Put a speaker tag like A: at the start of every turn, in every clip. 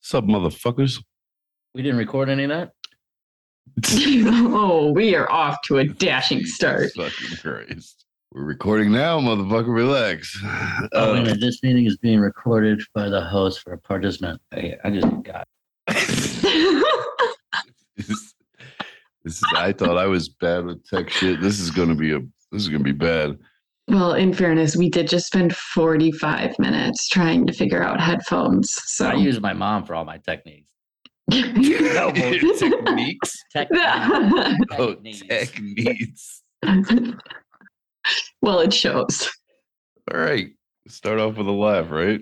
A: What's up, motherfuckers?
B: We didn't record any of that.
C: oh, we are off to a dashing start.
A: Fucking Christ. We're recording now, motherfucker. Relax.
B: Oh, wait a
A: Uh,
B: minute. This meeting is being recorded by the host for a participant. I, I just got.
A: this this is. I thought I was bad with tech shit. This is gonna be a. This is gonna be bad.
C: well, in fairness, we did just spend 45 minutes trying to figure out headphones. So
B: I use my mom for all my techniques.
A: techniques.
B: Techniques.
A: Oh,
B: Techniques.
A: techniques.
C: well, it shows.
A: All right. Start off with a laugh, right?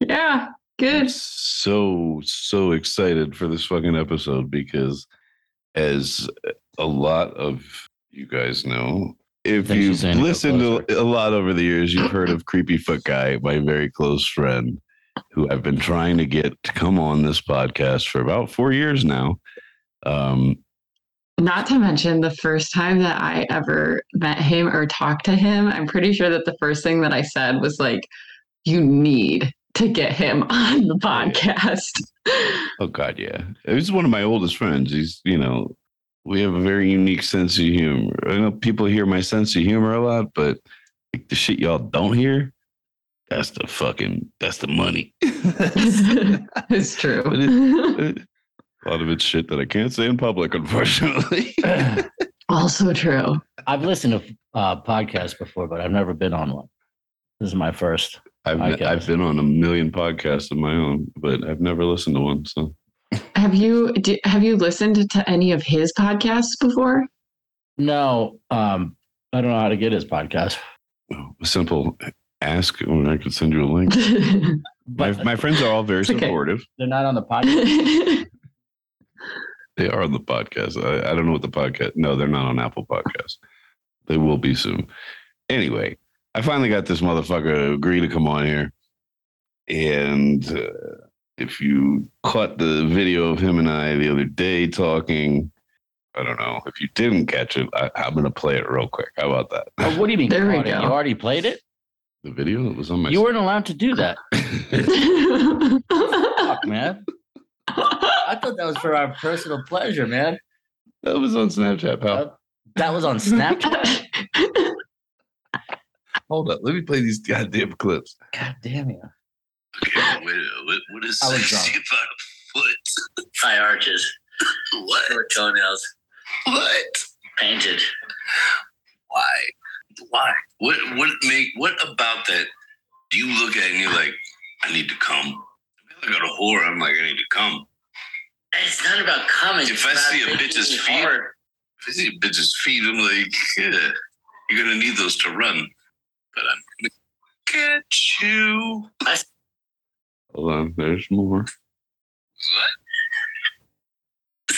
C: Yeah,
A: I'm
C: good.
A: so so excited for this fucking episode because, as a lot of you guys know, if
B: Thanks for
A: you've
B: saying it, go
A: listened to a lot over the years, you've heard of Creepy Foot Guy, my very close friend, who I've been trying to get to come on this podcast for about four years now. Um,
C: Not to mention the first time that I ever met him or talked to him, I'm pretty sure that the first thing that I said was like, you need to get him on the podcast.
A: Oh God, yeah. He's one of my oldest friends. He's, you know, we have a very unique sense of humor. I know people hear my sense of humor a lot, but like the shit y'all don't hear, that's the fucking that's the money.
C: it's true.
A: But
C: It,
A: a lot of it's shit that I can't say in public, unfortunately.
C: Also true.
B: I've listened to uh, podcasts before, but I've never been on one. This is my first.
A: I've
B: I guess.
A: I've been on a million podcasts of my own, but I've never listened to one. So
C: Have you do, have you listened to any of his podcasts before?
B: No, um, I don't know how to get his podcast.
A: simple ask when I could send you a link. My,
B: But
A: my friends are all very
C: It's okay.
A: supportive.
B: they're not on the podcast.
C: That's
A: They are on the podcast. I, I don't know what the podcast. No, they're not on Apple Podcasts. They will be soon. Anyway, I finally got this motherfucker to agree to come on here. And uh, if you caught the video of him and I the other day talking, I don't know. If you didn't catch it, I, I'm going to play it real quick. How about that?
B: Oh, what do you mean?
C: There we
B: caught it?
C: go.
B: You already played it.
A: The video that was on my.
B: You weren't allowed to do that. Fuck, man. I thought that was for our personal pleasure, man.
A: that was on Snapchat, pal.
B: Oh. That was on Snapchat.
A: Hold up. Let me play these goddamn clips.
B: God damn you.
D: Yeah, what, what, what is
B: I was drunk.
D: about a foot? High arches. What? Short toenails. What? Painted. Why? Why? What what make what about that? Do you look at it and you're like, I need to come? If I got a whore, I'm like, I need to come.
E: It's not about coming.
D: If I see a bitch's feet, if I see a bitch's feet, I'm like, yeah, you're gonna need those to run. But I'm gonna catch you.
A: Hold on. There's more.
D: What?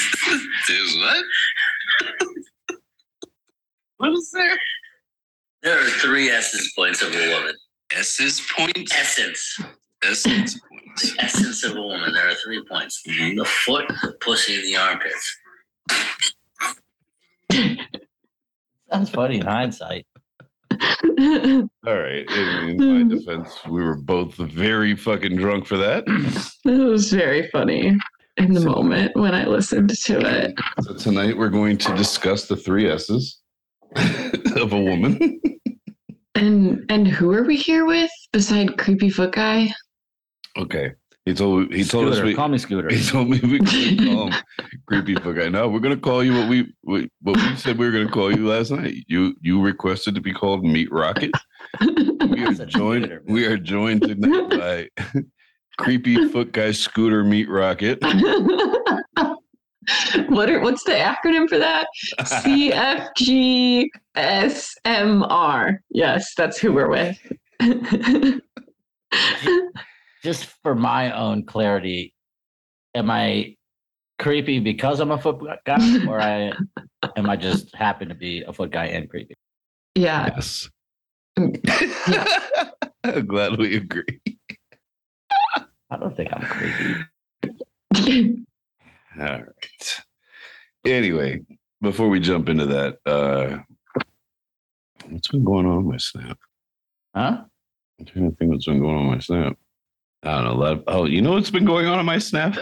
D: There's what? what is there?
E: There are three essence points of a woman.
D: Essence points.
E: Essence.
D: Essence points.
E: Essence of a woman. There are three points.
D: Mhm.
E: The foot, the pussy, and the armpits.
B: Sounds funny in hindsight.
A: All right. In,
B: Hmm.
A: in my defense, we were both very fucking drunk for that.
C: that was very funny in the
A: So-
C: moment when I listened to it.
A: So tonight we're going to discuss the three S's of a woman.
C: And and who are we here with beside creepy foot guy?
A: Okay. He told he told
B: Scooter,
A: us we
B: call me Scooter.
A: he told me we couldn't call him creepy fuck. I know we're gonna call you what we, we what we said we were gonna call you last night. You you requested to be called Meat Rocket. We are
B: That's a
A: joined
B: Twitter, man.
A: we are joined tonight by creepy foot guy scooter meat rocket.
C: what are, what's the acronym for that? CFGSMR. Yes, that's who we're with.
B: Just for my own clarity, am I creepy because I'm a foot guy, or I am I just happen to be a foot guy and creepy?
C: yeah.
A: Yes.
C: Yeah.
A: I'm glad we agree.
B: I don't think I'm creepy.
A: All right. Anyway, before we jump into that, uh what's been going on with my snap?
B: Huh?
A: I'm trying to think what's been going on with my snap. I don't know. a lot of- oh, you know what's been going on on my snap?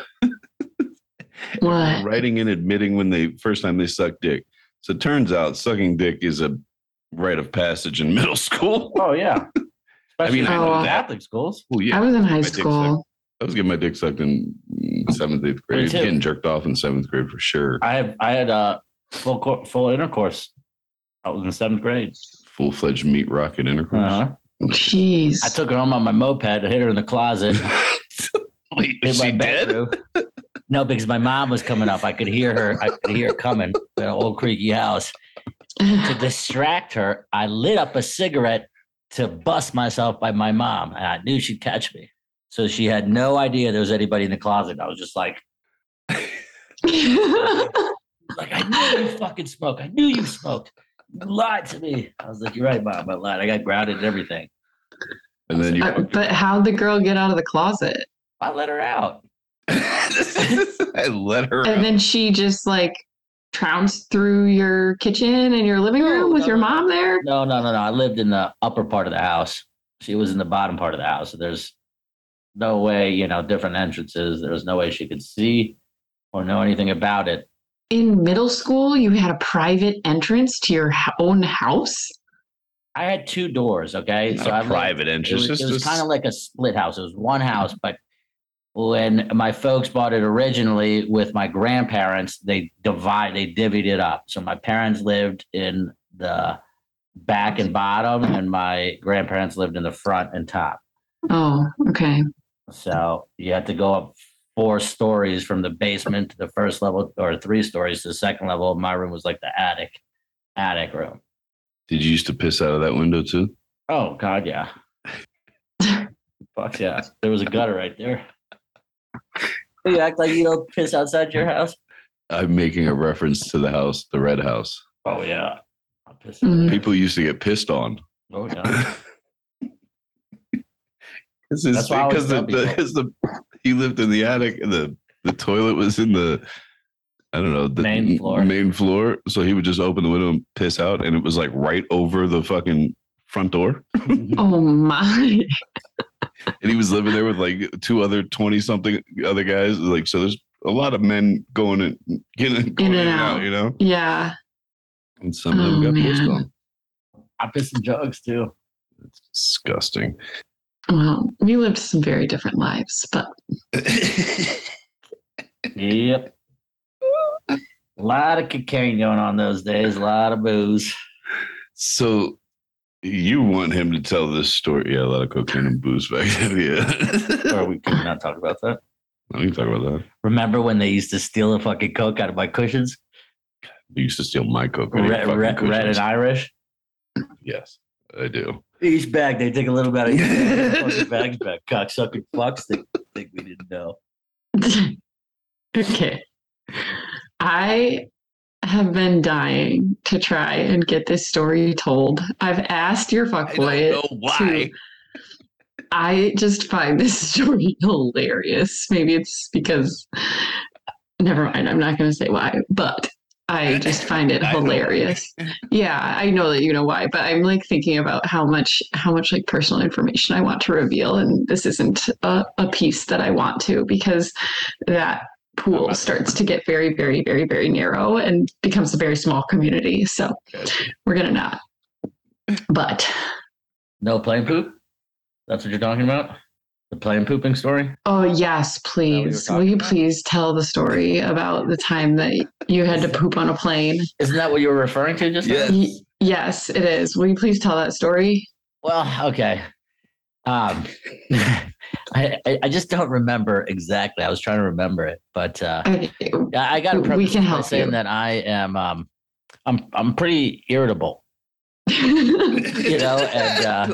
C: What?
A: Writing and admitting when they first time they sucked dick. So it turns out sucking dick is a rite of passage in middle school.
B: Oh yeah.
A: I mean,
B: Especially
A: I
C: know
B: in
C: that.
B: Catholic schools.
A: Oh, yeah.
C: I was in high
A: My dick's
C: school.
A: I was getting my dick sucked in mm, seventh, eighth
B: Me
A: grade.
B: too.
A: Getting jerked off in seventh grade for sure.
B: I have I had uh, full cor- full intercourse. I was in seventh grade.
A: Full fledged meat rocket intercourse.
B: Uh-huh.
C: Jeez.
B: I took her home on my moped. I hit her in the closet.
A: Wait,
B: in
A: is
B: Uh-huh. my
A: she dead?
B: bedroom. No, because my mom was coming up. I could hear her. I could hear her coming at an old creaky house. To distract her, I lit up a cigarette to bust myself by my mom, and I knew she'd catch me. So she had no idea there was anybody in the closet. I was just like, like I knew you fucking smoked. I knew you smoked. You lied to me. I was like, you're right, mom. I lied. I got grounded and everything.
A: And then you.
C: Uh, but how'd the girl get out of the closet?
B: I let her out.
A: I let her.
C: And
A: out.
C: then she just like trounced through your kitchen and your living
B: No,
C: room with
B: no,
C: your
B: no.
C: mom there?
B: No, no, no, no. I lived in the upper part of the house. She was in the bottom part of the house. So there's no way, you know, different entrances. There was no way she could see or know anything about it.
C: In middle school, you had a private entrance to your ho- own house?
B: I had two doors. Okay,
A: Not
B: so
A: a
B: I lived-
A: private
B: It
A: entrance.
B: was,
A: This was-
B: kind of like a split house. It was one house, but when my folks bought it originally with my grandparents, they divide, they divvied it up. So my parents lived in the back and bottom, and my grandparents lived in the front and top.
C: Oh, okay.
B: So you had to go up four stories from the basement to the first level, or three stories to the second level. My room was like the attic, attic room.
A: Did you used to piss out of that window too?
B: Oh God, yeah. Fuck yeah. There was a gutter right there. You act like you don't piss outside your house.
A: I'm making a reference to the house, the red house.
B: Oh yeah. I'll piss
C: Mhm.
A: People used to get pissed on.
B: Oh yeah.
A: Because
B: That's why I always
A: the,
B: tell
A: the,
B: people.
A: 'cause the he lived in the attic and the, the toilet was in the I don't know the
B: Main floor.
A: main floor. So he would just open the window and piss out, and it was like right over the fucking front door.
C: Oh my.
A: And he was living there with like two other twenty something other guys. Like so, there's a lot of men going and getting going in and, out. you know.
C: Yeah.
A: And some of them
C: Oh,
A: got pissed
C: man.
A: on.
B: I piss in jugs too.
A: It's disgusting.
C: Well, we lived some very different lives, but
B: Yep. A lot of cocaine going on those days, a lot of booze.
A: so you want him to tell this story? Yeah, a lot of cocaine and booze back then. Yeah, Oh,
B: Or we could we not talk about that.
A: we can talk about that.
B: Remember when they used to steal the fucking coke out of my cushions?
A: You used to steal my coke. out of your
B: Red,
A: fucking
B: red, red
A: cushions.
B: and Irish.
A: yes, I do.
B: Each bag, they take a little bit of each fucking bags back. Cocksucking fucks, they think we didn't know.
C: okay. I have been dying to try and get this story told. I've asked your fuckboy. why. I just find this story hilarious. Maybe it's because, never mind, I'm not going to say why, but I just find it
A: I know why.
C: hilarious. yeah, I know that you know why, but I'm like thinking about how much, how much like personal information I want to reveal. And this isn't a, a piece that I want to because that
A: Oh,
C: pool starts to get very, very, very, very narrow and becomes a very small community. So
A: Gotcha.
C: we're going to not. But
B: No plane poop? That's what you're talking about? The plane pooping story?
C: Oh, yes,
B: what you were
C: please. Will
B: talking
C: you
B: about?
C: please tell the story about the time that you had to poop on a plane?
B: Isn't that what you were referring to just now?
A: Yes.
C: Y- yes, it is. Will you please tell that story?
B: Well, okay. Um, I, I I just don't remember exactly. I was trying to remember it, but uh,
C: I,
B: I I got to
C: We
B: preface
C: can
B: by
C: help
B: saying
C: you.
B: that I am um, I'm I'm pretty irritable, you know, and uh,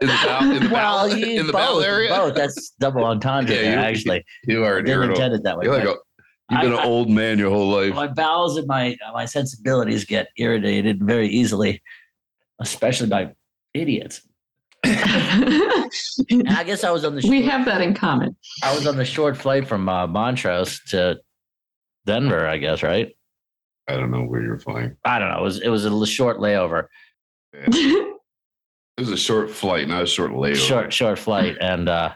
A: In the bow, in the
B: well,
A: bow,
B: you
A: in the bow
B: both,
A: area.
B: both. That's double entendre.
A: Yeah,
B: there,
A: you-
B: actually,
A: You are
B: I
A: an
B: didn't
A: irritable.
B: intend it that way.
A: You're like
B: but-
A: a, you've been an
B: I- I-
A: old man your whole life.
B: my bowels and my uh, my sensibilities get irritated very easily, especially by idiots. And I guess I was on the short,
C: we have that in common.
B: I was on the short flight from uh, Montrose to Denver. I guess right.
A: I don't know where you're flying.
B: I don't know. It was it was a l- short layover,
A: It was a short flight, not a short layover.
B: short short flight, and uh,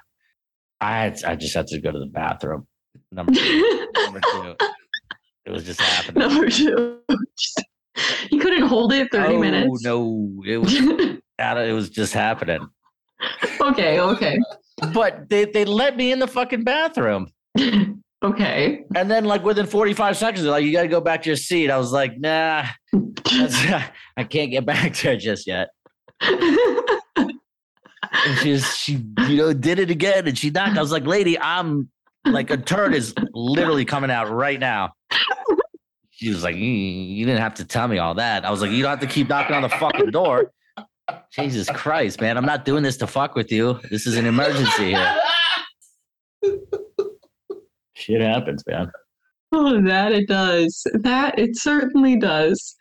B: I had, I just had to go to the bathroom. Number, number two, it was just happening.
C: Number two. You couldn't hold it 30
B: oh,
C: minutes.
B: No, it was out of- it was just happening.
C: okay, okay.
B: But they, they let me in the fucking bathroom.
C: okay.
B: And then like within 45 seconds, they're like, you gotta go back to your seat. I was like, nah, that's- I can't get back there just yet. And she was, she, you know, did it again and she knocked. I was like, lady, I'm like a turd is literally coming out right now. She was like, "Mm, you didn't have to tell me all that. I was like, you don't have to keep knocking on the fucking door. Jesus Christ, man. I'm not doing this to fuck with you. This is an emergency here. Shit happens, man.
C: oh, that it does. That it certainly does.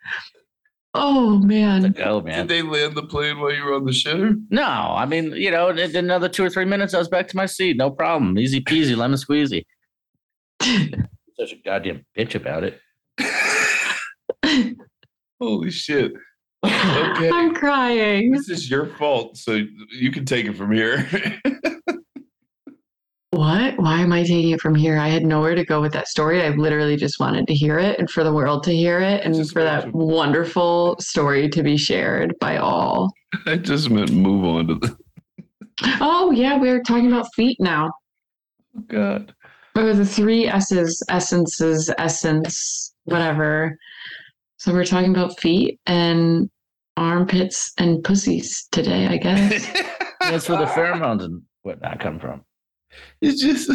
C: Oh
B: To
C: man.
B: go, man.
A: Did they land the plane while you were on the shitter?
B: No, I mean, you know, in another two or three minutes, I was back to my seat. No problem. Easy peasy, lemon squeezy. Such a goddamn bitch about it.
A: Holy shit. Okay.
C: I'm crying.
A: This is your fault, so you can take it from here.
C: What? Why am I taking it from here? I had nowhere to go with that story. I literally just wanted to hear it and for the world to hear it and
A: Just
C: for that
A: imagine.
C: wonderful story to be shared by all.
A: I just meant move on to the
C: Oh, yeah, we're talking about feet now.
A: oh, God.
C: Or the three S's, essences, essence, whatever. So we're talking about feet and armpits and pussies today, I guess.
B: That's where the pheromones and whatnot come from.
A: It's just,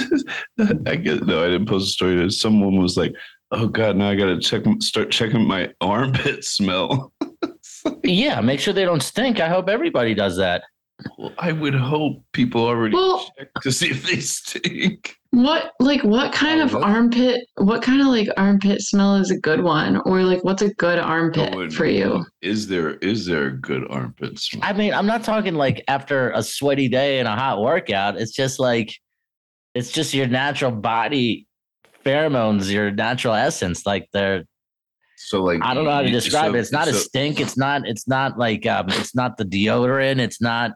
A: I guess, no, I didn't post a story. Someone was like, oh God, now I got to check, start checking my armpit smell.
B: Yeah, make sure they don't stink. I hope everybody does that.
A: Well, I would hope people already
C: Well-
A: check to see if they stink.
C: what like what kind of
A: Oh, what?
C: armpit what kind of like armpit smell is a good one? Or like what's a good armpit
A: Going,
C: for you?
A: Is there is there a good armpit smell?
B: I mean, I'm not talking like after a sweaty day and a hot workout. It's just like, it's just your natural body pheromones, your natural essence. Like they're,
A: so like
B: I don't know how to
A: you-
B: describe
A: so-
B: it. It's not a
A: so-
B: stink. It's not. It's not like. Um, it's not the deodorant. It's not.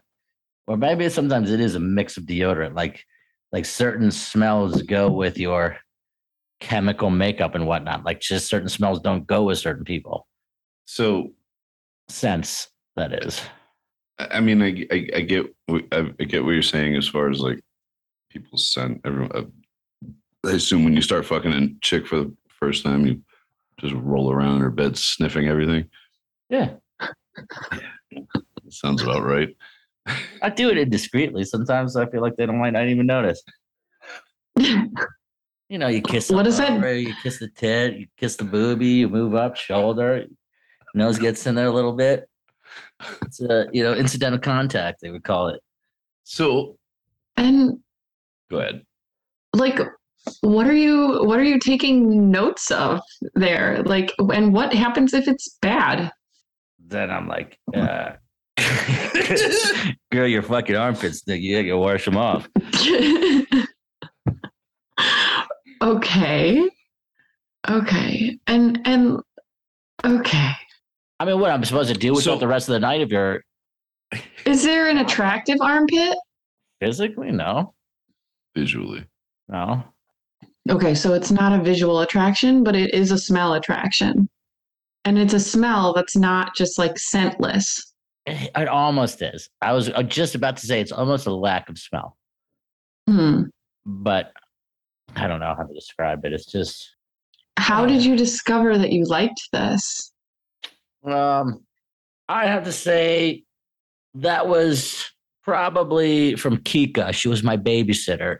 B: Or maybe sometimes it is a mix of deodorant. Like, like certain smells go with your chemical makeup and whatnot. Like, just certain smells don't go with certain people.
A: so
B: Sense that is.
A: I I mean, I, I, I get wh- I I get what you're saying as far as like people send everyone. uh, I assume when you start fucking a chick for the first time, you just roll around in her bed sniffing everything.
B: Yeah,
A: Sounds about right.
B: I do it indiscreetly. Sometimes I feel like they don't might not even notice. You know, you kiss.
C: What
B: the
C: is that?
B: lower, You kiss the tit. You kiss the boobie. You move up shoulder. Nose gets in there a little bit. It's a you know incidental contact they would call it.
A: So
C: and
A: go ahead.
C: like what are you what are you taking notes of there like and what happens if it's bad
B: Then I'm like, uh, girl, your fucking armpits, nigga. You gotta wash them off.
C: okay okay and and okay
B: I mean, what I'm supposed to do with
A: So-
B: it the rest of the night if you're
C: is there an attractive armpit
B: physically? No,
A: Visually,
B: no.
C: okay so it's not a visual attraction but it is a smell attraction and it's a smell that's not just like scentless
B: It it almost is. I was uh, just about to say it's almost a lack of smell.
C: hmm.
B: but I don't know how to describe it. It's just
C: how did you discover that you liked this
B: um I have to say that was probably from Kika. She was my babysitter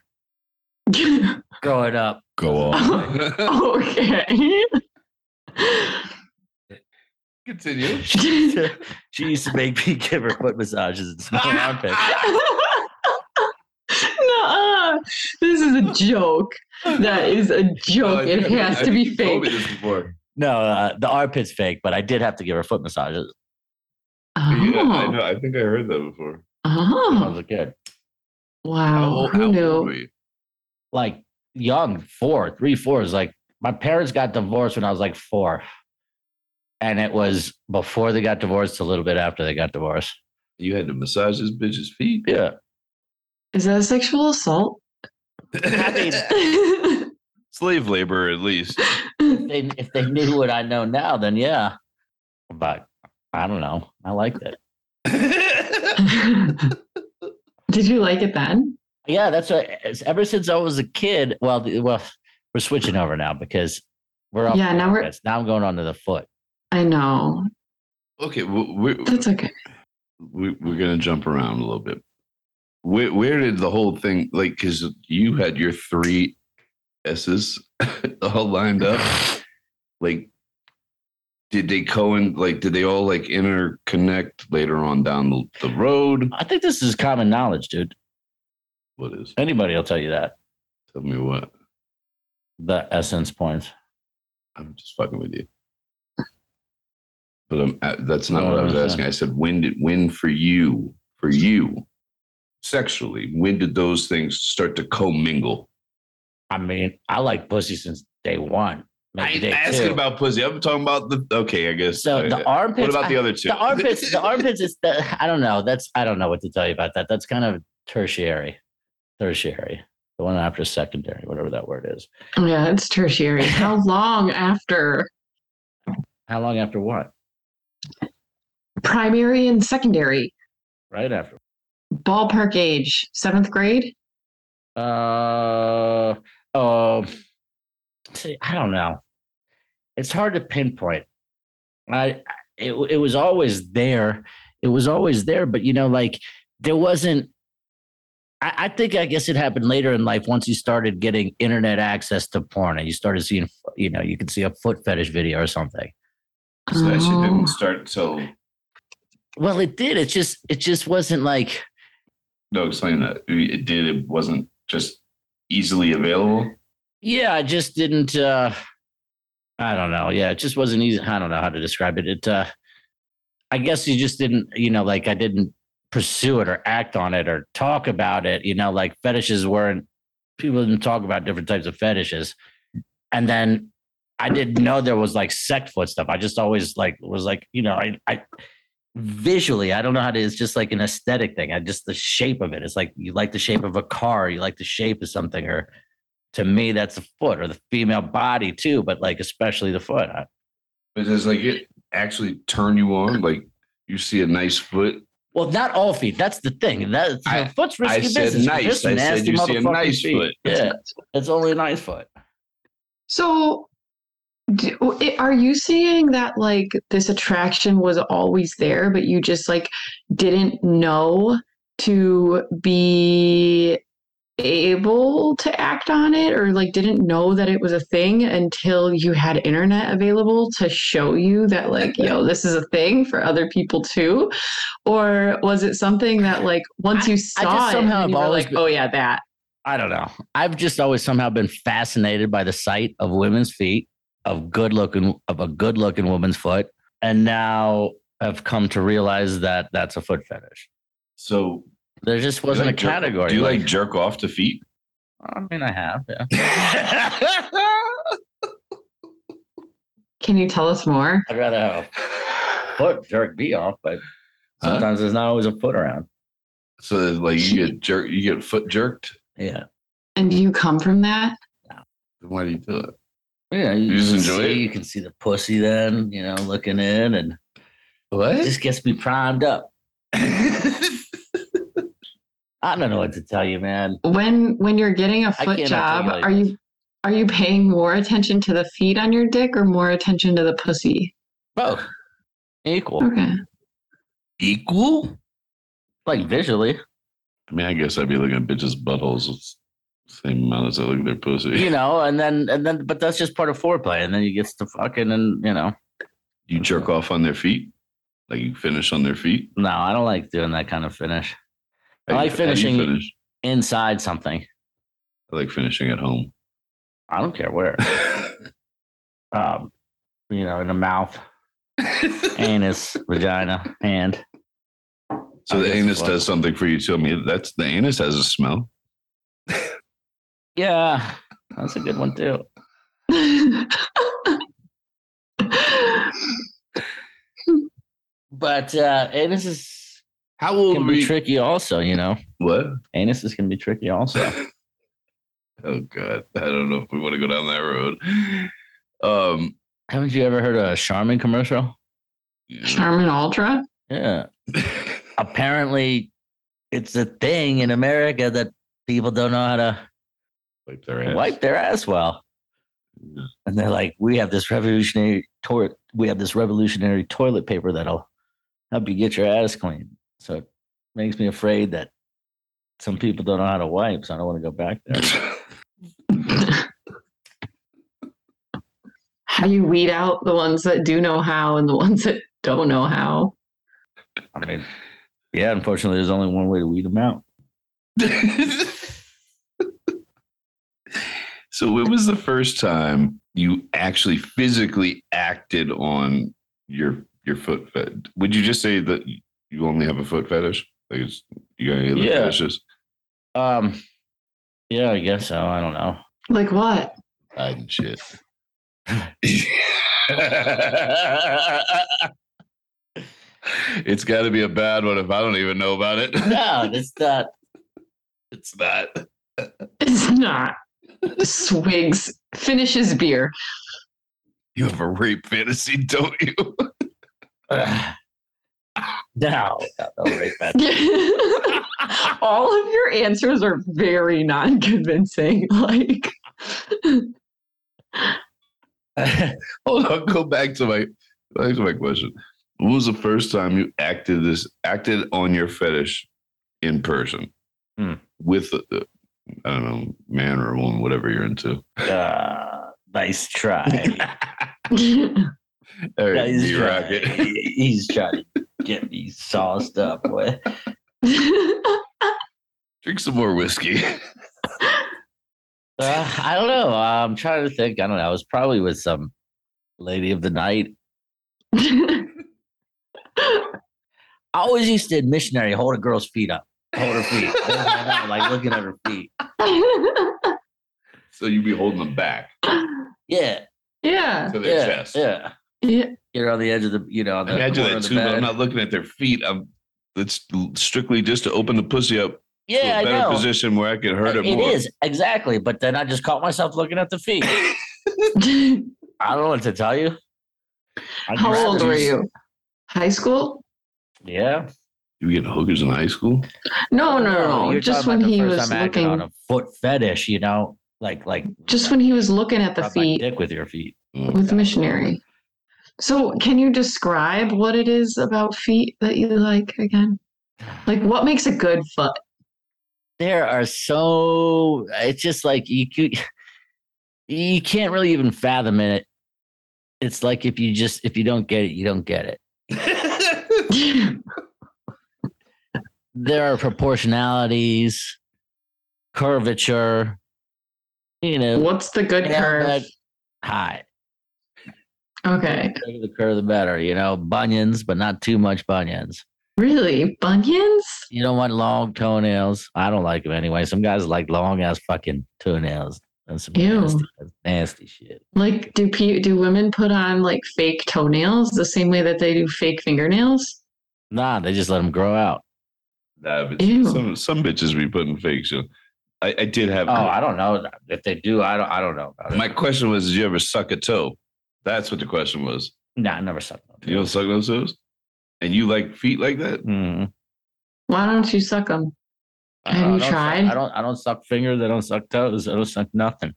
B: growing up.
A: go on.
C: okay
A: Continue.
B: She used to, she used to make me give her foot massages and smell her armpit.
C: Nuh-uh. This is a joke. That is a
A: Oh,
C: joke.
A: I
C: it
A: think I-
C: has
A: I
C: to
A: think
C: be
A: you told me
C: fake.
A: this before.
B: No, uh, the armpit's fake, but I did have to give her foot massages
A: Yeah, I
C: Oh,
A: know. I think I heard that before.
B: when I was
C: oh.
B: a kid.
A: How
C: wow.
A: old- how
C: Who
A: old
C: knew?
A: were you?
B: Like young, four, three, four is like my parents got divorced when I was like four. And it was before they got divorced, a little bit after they got divorced.
A: You had to massage this bitch's feet.
B: Yeah.
C: Is that a sexual assault?
B: I mean,
A: Slave labor, at least.
B: if they, if they knew what I know now, then yeah. But I don't know. I liked it.
C: Did you like it then?
B: Yeah, that's what. it's- Ever since I was a kid, well, the- well, we're switching over now because we're up.
C: Yeah, now we're-
B: now I'm going on to the foot.
C: I know.
A: okay, we, we,
C: That's okay.
A: we, we're gonna jump around a little bit. Where, where did the whole thing like? Because you had your three S's all lined up. Like, did they co in? Like, did they all like interconnect later on down the, the road?
B: I think this is common knowledge, dude.
A: What is?
B: Anybody will tell you that
A: Tell me what.
B: the essence points.
A: I'm just fucking with you. But I'm, uh, that's not what I was
B: Oh, okay.
A: asking. I said, when did when for you for you sexually? When did those things start to commingle?
B: I mean, I like pussy since day one.
A: I
B: maybe
A: ain't
B: day
A: asking
B: two.
A: about pussy. I'm talking about the okay. I guess.
B: so
A: I-
B: the armpits.
A: what about
B: I-
A: the other two?
B: the armpits? The armpits is the. I don't know. That's I don't know what to tell you about that. That's kind of tertiary, tertiary. The one after secondary, whatever that word is.
C: Yeah, it's tertiary. How long after
B: How long after what?
C: primary and secondary?
B: Right after.
C: Ballpark age, seventh grade?
B: Uh oh. See, I don't know. It's hard to pinpoint. I it it was always there. It was always there, but you know, like there wasn't. I, I think I guess it happened later in life once you started getting internet access to porn and you started seeing, you know, you could see a foot fetish video or something.
A: So that shit
C: Oh.
A: didn't start till.
B: Well, it did. It just it just wasn't like
A: No, explain that. It did. It wasn't just easily available.
B: yeah i just didn't uh i don't know yeah it just wasn't easy i don't know how to describe it it uh i guess you just didn't you know like i didn't pursue it or act on it or talk about it you know like fetishes weren't people didn't talk about different types of fetishes and then i didn't know there was like sect foot stuff i just always like was like you know i i visually i don't know how to it's just like an aesthetic thing i just the shape of it it's like you like the shape of a car you like the shape of something or to me that's the foot or the female body too but like especially the foot I-
A: But does like it actually turn you on? Like you see a nice foot
B: well not all feet that's the thing that
A: I-
B: foot's risky
A: I said
B: business 'cause
A: nice.
B: there's some
A: I said
B: nasty
A: you see a
B: motherfucking
A: nice
B: feet.
A: foot.
B: yeah it's only a nice foot
C: So, do, i- are you seeing that like this attraction was always there, but you just like didn't know to be able to act on it, or like didn't know that it was a thing until you had internet available to show you that like, yo, this is a thing for other people too? Or was it something that like once you saw
B: just
C: it,
B: somehow
C: then
B: have
C: you were
B: always
C: like,
B: been-
C: oh yeah, that.
B: I don't know. I've just always somehow been fascinated by the sight of women's feet, of good looking, of a good looking woman's foot, and now I've come to realize that that's a foot fetish.
A: So
B: There just wasn't
A: like
B: a
A: jerk-
B: category.
A: Do you like jerk off to feet?
B: I mean, I have. Yeah.
C: Can you tell us more?
B: I'd rather have a foot jerk be off, but sometimes there's not always a foot around.
A: So like you get jerk, you get foot jerked.
B: Yeah.
C: And do you come from that?
A: Then Why do you do it?
B: Yeah, you,
A: You just
B: can
A: enjoy
B: see,
A: it?
B: You can see the pussy then, you know, looking in, and
A: What?
B: it just gets me primed up. I don't know what to tell you, man.
C: when when you're getting a
B: I
C: foot
B: cannot
C: job
B: articulate
C: are you are you paying more attention to the feet on your dick or more attention to the pussy
B: Both equal,
C: okay
A: Equal?
B: like visually.
A: I mean, I guess I'd be looking at bitches' buttholes with the same amount as I look at their pussy.
B: you know, and then and then, but that's just part of foreplay, and then you get to fucking, and you know,
A: You jerk off on their feet? Like you finish on their feet?
B: no, I don't like doing that kind of finish I
A: How you-
B: like
A: how do you
B: finishing-
A: finish?
B: inside something.
A: I like finishing at home.
B: I don't care where, um, you know, in the mouth, anus, vagina, hand.
A: so
B: I
A: the
B: guess
A: anus
B: what-
A: does something for you too. I mean, that's the anus has a smell.
B: Yeah, that's a good one too. But uh, anus is
A: How old
B: can
A: were
B: be
A: you?
B: tricky, also. You know,
A: what?
B: anus is can be tricky, also.
A: Oh god, I don't know if we want to go down that road. Um,
B: Haven't you ever heard a Charmin commercial?
C: Charmin Ultra?
B: Yeah. Apparently, it's a thing in America that people don't know how to
A: wipe their ass.
B: wipe their ass well. And they're like, we have this revolutionary toilet. We have this revolutionary toilet paper that'll help you get your ass clean. So it makes me afraid that some people don't know how to wipe. So I don't want to go back there.
C: How do you weed out the ones that do know how and the ones that don't know how?
B: I mean, yeah, unfortunately, there's only one way to weed them out.
A: so when was the first time you actually physically acted on your your foot fetish? Would you just say that you only have a foot fetish? Like it's, you got any other
B: Yeah.
A: fetishes?
B: Um, yeah, I guess so. I don't know.
C: Like what?
A: Hiding shit. it's got to be a bad one if I don't even know about it.
B: no, it's not.
A: it's not.
C: It's not. Swigs finishes beer.
A: You have a rape fantasy, don't you?
B: no, no, no rape fantasy.
C: All of your answers are very non convincing. Like,
A: Hold on, go back to my back to my question. When was the first time you acted this acted on your fetish in person
B: Hmm.
A: with a, a- I don't know man or woman, whatever you're into?
B: Uh, nice try.
A: All right,
B: Nice
A: you
B: try.
A: rock it.
B: He- He's trying to get me sauced up. Boy.
A: Drink some more whiskey.
B: Uh, I don't know. I'm trying to think. I don't know. I was probably with some lady of the night. I always used to in missionary hold a girl's feet up, hold her feet, hold her up, like looking at her feet.
A: so you be holding them back
B: Yeah,
C: yeah.
A: to their
B: yeah,
A: chest.
B: yeah.
C: yeah.
B: You're on the edge of the, you know, on the
A: Imagine
B: corner
A: that
B: of the
A: too. But I'm
B: bed.
A: not looking at their feet. I'm. It's strictly just to open the pussy up
B: yeah,
A: to a
B: I
A: better
B: know. Uh,
A: position where I could hurt it,
B: It
A: more.
B: is exactly, but then I just caught myself looking at the feet. I don't know what to tell you. I
C: How
B: just-
C: old were you? High school?
B: Yeah,
A: You getting hookers in high school?
C: Oh, No, no, no.
B: You're
C: Just
B: talking about
C: when
B: the
C: he
B: first
C: was
B: time acting on
C: looking,
B: a foot fetish, you know, like like
C: just when he was looking at the
B: rub my
C: feet
B: dick with your feet.
C: with missionary. So, can you describe what it is about feet that you like again? Like, what makes a good foot?
B: there are so it's just like you could you can't really even fathom it it's like if you just if you don't get it you don't get it there are proportionalities curvature you know
C: What's the good
B: Yeah,
C: curve?
B: but- high
C: Okay.
B: the bigger the curve the better you know bunions but not too much bunions
C: Really? Bunions?
B: you don't want long toenails i don't like them anyway some guys like long ass fucking toenails and some
C: Ew.
B: nasty, nasty shit
C: Like, do pe- do women put on like fake toenails the same way that they do fake fingernails?
B: nah they just let them grow out
A: Nah, but
C: Ew.
A: some some bitches be putting fake shit. I, I did have.
B: Oh, I don't know if they do. I don't. I don't know about it.
A: my question was, did you ever suck a toe? That's what the question was.
B: nah, I never sucked. on
A: You don't suck those toes, and you like feet like that?
B: Mm.
C: Why don't you suck them? Have
B: I
C: you
B: don't suck-
C: tried?
B: I don't. I don't suck fingers. I don't suck toes. I don't suck nothing.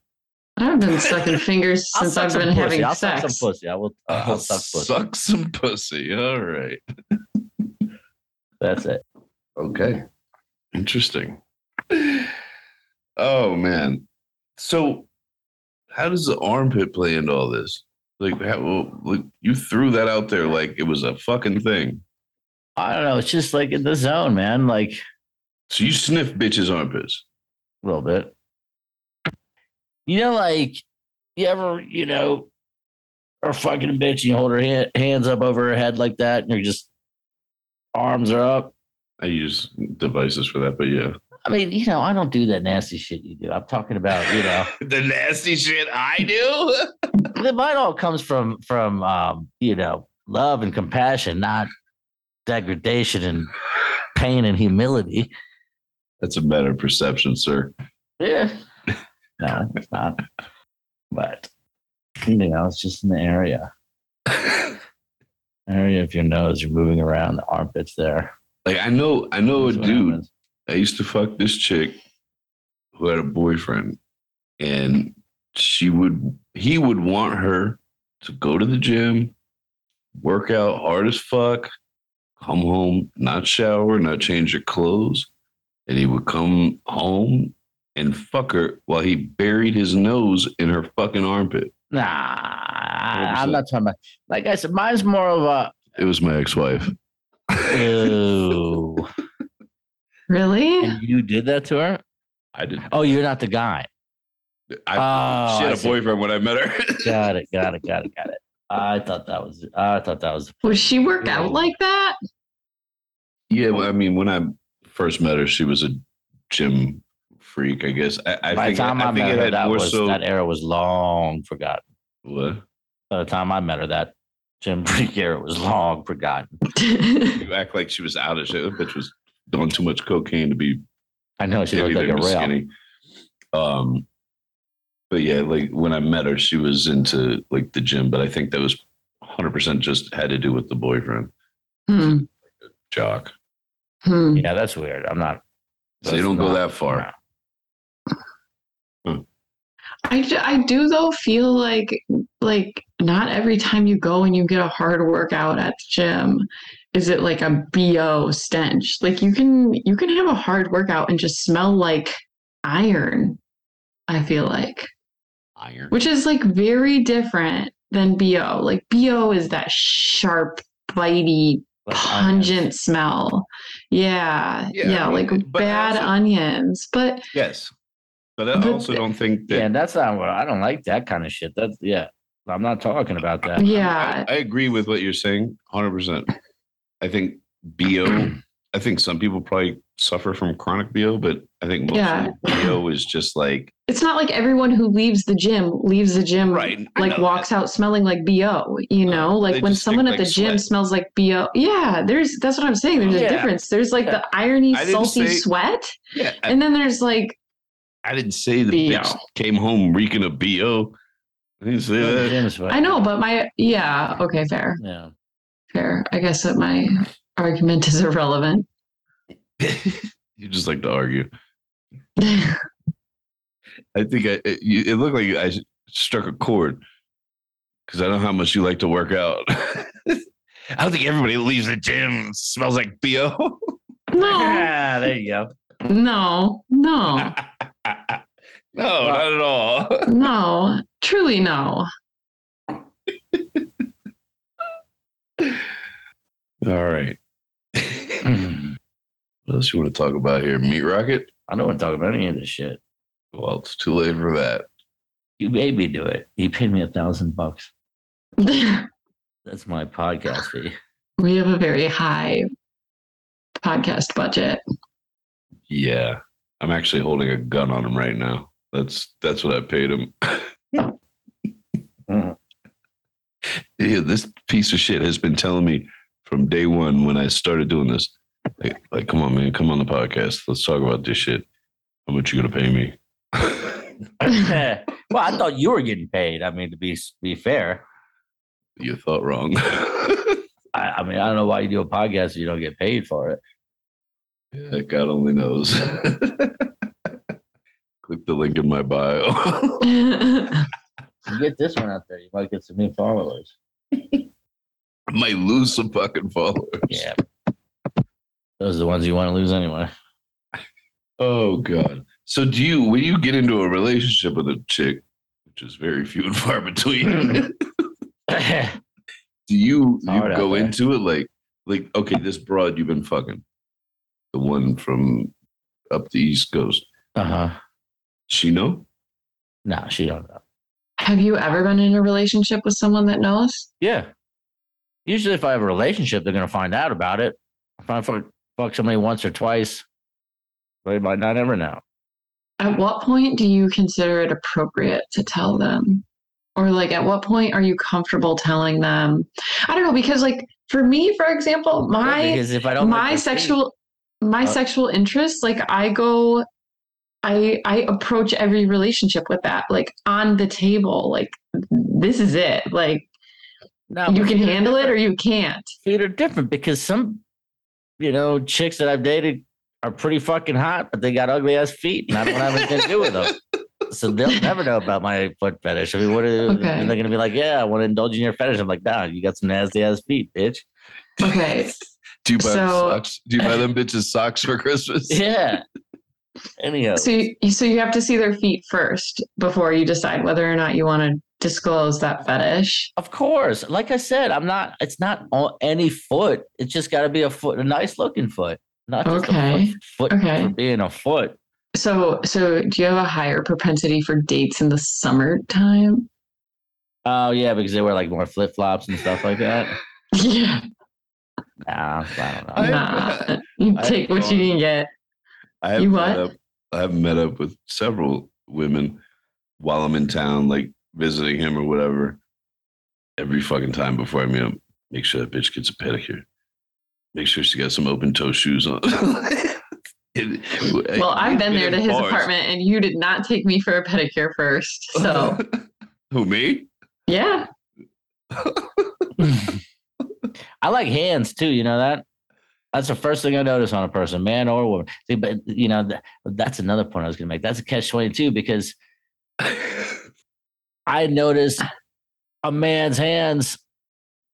C: I've been sucking fingers
B: I'll
C: since
B: suck
C: I've
B: some
C: been
B: pussy.
C: having
B: I'll
C: sex.
B: Suck some pussy. I will. Uh, I'll,
A: Oh,
B: suck pussy.
A: suck some pussy. All right.
B: That's it.
A: Okay. Interesting. Oh man. So, how does the armpit play into all this? Like, how, well, like you threw that out there like it was a fucking thing.
B: I don't know. It's just like in the zone, man. Like
A: So you sniff bitches' armpits.
B: a little bit. You know, like you ever, you know, are fucking a bitch and you hold her hand, hands up over her head like that, and you're just arms are up.
A: I use devices for that, but yeah.
B: I mean, you know, I don't do that nasty shit you do. I'm talking about, you know.
A: the nasty shit I do.
B: Then mine all comes from from um, you know love and compassion, not degradation and pain and humility.
A: That's a better perception, sir.
B: Yeah, No, it's not. But you know, it's just an area. Area of your nose, you're moving around the armpits there.
A: Like I know, I know a
B: That's what
A: dude.
B: happens.
A: I used to fuck this chick who had a boyfriend, and she would he would want her to go to the gym, work out hard as fuck, come home, not shower, not change her clothes, and he would come home and fuck her while he buried his nose in her fucking armpit.
B: Nah, I-
A: 100%.
B: I'm not talking about. Like I said, mine's more of a.
A: It was my ex-wife.
B: Ooh.
C: Really?
B: and you did that to her?
A: I did.
B: Oh, you're not the guy.
A: I,
B: Oh,
A: she
B: I
A: had a
B: see.
A: boyfriend when I met her.
B: Got it. Got it. Got it. Got it. I thought that was. I thought that was.
C: Would she work out like that?
A: Yeah, well, I mean, when I first met her, she was a gym freak. I guess I, I
B: by
A: think,
B: the time I,
A: I think
B: met
A: it
B: her,
A: had
B: that
A: more
B: was
A: so.
B: that era was long forgotten.
A: What?
B: By the time I met her, that Jim Freak era was long forgotten.
A: You act like she was out of shape. That bitch was doing too much cocaine to be
B: I know she looked like
A: anything
B: a
A: but
B: rail.
A: skinny. Um, but yeah, like when I met her, she was into like the gym, but I think that was 100 percent just had to do with the boyfriend
C: Hmm.
A: jock.
C: Hmm.
B: Yeah, that's weird. I'm not.
A: So you don't go
B: that's
A: that far.
B: no.
C: I, ju- I do though feel like like not every time you go and you get a hard workout at the gym is it like a bo stench like you can you can have a hard workout and just smell like iron i feel like
A: Iron.
C: which is like very different than bo like bo is that sharp bitey
B: Like onions.
C: pungent smell yeah
A: Yeah,
C: yeah,
A: I mean,
C: like
A: but
C: bad
A: also-
C: onions but
A: Yes, but I
C: But-
A: also don't think that.
B: Yeah, and that's not what I don't like that kind of shit. That's yeah. I'm not talking about that.
C: yeah
A: I, I agree with what you're saying 100%. I think BO, I think some people probably suffer from chronic BO, but I think most
C: Yeah.
A: BO is just like,
C: it's not like everyone who leaves the gym leaves the gym
A: Right, I
C: like
A: know
C: walks out smelling like bo you
A: No,
C: know
A: they
C: like when
A: just stink
C: someone at
A: like
C: the gym
A: sweat.
C: smells like bo yeah there's that's what i'm saying there's
B: Yeah.
C: a difference there's like
B: Yeah.
C: the irony
A: I didn't
C: salty
A: say-
C: sweat
A: yeah, I,
C: and then there's like
A: I didn't say the
C: BO.
A: bitch came home reeking of BO. I didn't say that.
B: Jim's right.
C: i know but my yeah okay fair
B: Yeah.
C: fair i guess that my argument is
B: Mm-hmm.
C: irrelevant
A: you just like to argue. I think I, it, you, it looked like I struck a chord because I know how much you like to work out. I don't think everybody that leaves the gym smells like BO.
C: no
B: Yeah, Ah, there you go.
C: no no
A: no, not at all.
C: no truly no
A: All right. what else you want to talk about here? Meat Rocket?
B: I don't want to talk about any of this shit.
A: Well, it's too late for that.
B: You made me do it. You paid me a thousand bucks.
C: we
B: That's my podcast fee.
C: have a very high podcast budget
A: Yeah. I'm actually holding a gun on him right now. That's that's what I paid him. yeah, this piece of shit has been telling me from day one when I started doing this. Like, like come on, man, come on the podcast. Let's talk about this shit. How much you gonna pay me?
B: well, I thought you were getting paid. I mean, to be be fair,
A: you thought wrong.
B: I, I mean, I don't know why you do a podcast if you don't get paid for it.
A: Yeah, God only knows. Click the link in my bio.
B: You get this one out there, you might get some new followers.
A: I might lose some fucking followers.
B: Yeah, those are the ones you want to lose anyway.
A: Oh God. So do you when you get into a relationship with a chick, which is very few and far between,
B: yeah,
A: do you you
B: hard out
A: go
B: there.
A: into it like like okay, this broad you've been fucking, the one from up the East Coast.
B: uh huh.
A: She know?
B: No, she don't know.
C: Have you ever been in a relationship with someone that knows?
B: Yeah. Usually, if I have a relationship, they're gonna find out about it. If I fuck, fuck somebody once or twice, they might not ever know.
C: At what point do you consider it appropriate to tell them? Or like at what point are you comfortable telling them? I don't know because like for me for example, my
B: because if I don't like
C: my
B: their feet-
C: sexual my
B: Uh,
C: sexual interests like I go I I approach every relationship with that, like on the table, like this is it. Like
B: No,
C: you
B: but
C: can
B: feet are
C: handle it or
B: different.
C: you can't.
B: feet are different because some, you know, chicks that I've dated are pretty fucking hot, but they got ugly ass feet, and I don't have anything to do with them. So they'll never know about my foot fetish. I mean, what are
C: Okay.
B: and they're gonna be like? Yeah, I want to indulge in your fetish. I'm like, nah, you got some nasty ass feet, bitch.
C: Okay.
A: Do you buy them
C: So-
A: socks? Do you buy them bitches socks for Christmas?
B: Yeah. Anyhow,
C: So you, so you have to see their feet first before you decide whether or not you want to disclose that fetish.
B: of course, like I said, I'm not. It's not on any foot. It's just got to be a foot, a nice looking foot, not just
C: Okay.
B: a foot, foot
C: Okay.
B: for being a foot.
C: So so do you have a higher propensity for dates in the summertime?
B: Oh yeah, because they wear like more flip flops and stuff like that.
C: Yeah.
B: Nah, I don't know.
A: I-
C: nah. You
A: I-
C: take what you can get.
A: I have
C: You
A: met
C: what?
A: up. I have met up with several women while I'm in town, like visiting him or whatever. Every fucking time before I meet him, make sure that bitch gets a pedicure. Make sure she got some open toe shoes on.
C: Well,
A: well,
C: I've been there to his apartment and you did not take me for a pedicure first. So,
A: Who me?
C: yeah.
B: I like hands too. You know that? That's the first thing I notice on a person, man or woman. See, but you know, th- that's another point I was going to make. That's a catch twenty two because I notice a man's hands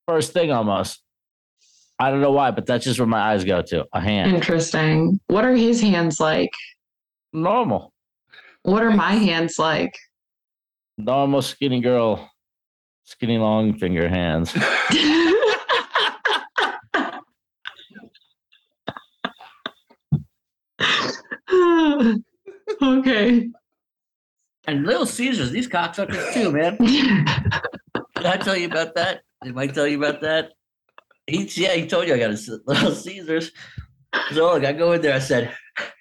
B: first thing almost. I don't know why, but that's just where my eyes go to a hand.
C: Interesting. What are his hands like?
B: Normal,
C: What are my hands like?
B: normal skinny girl, skinny long finger hands.
C: okay.
B: And Little Caesars, these cocksuckers too, man. Did I tell you about that? Did Mike tell you about that? He, yeah, he told you I got a little Caesars. So look, I go in there. I said,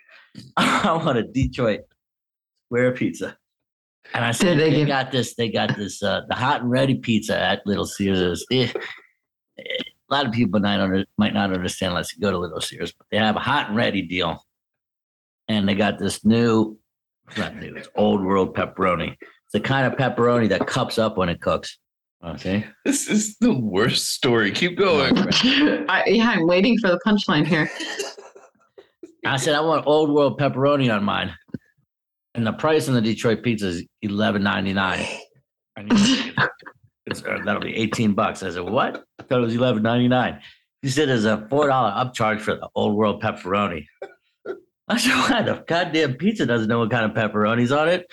B: I want a Detroit square pizza. And I said,
C: Did
B: they,
C: they give-
B: got this. They got this. Uh, the hot and ready pizza at Little Caesars. Eh, eh, a lot of people might, under, might not understand unless you go to Little Caesars, but they have a hot and ready deal. And they got this new, it's not new, it's old world pepperoni. It's the kind of pepperoni that cups up when it cooks. Okay.
A: This is the worst story. Keep going.
C: I, yeah, I'm waiting for the punchline here.
B: I said, I want old world pepperoni on mine. And the price on the Detroit pizza is eleven ninety nine. That'll be eighteen bucks. I said, What? I thought it was eleven ninety nine. He said there's a four dollar upcharge for the old world pepperoni. I said, why the goddamn pizza doesn't know what kind of pepperoni's on it?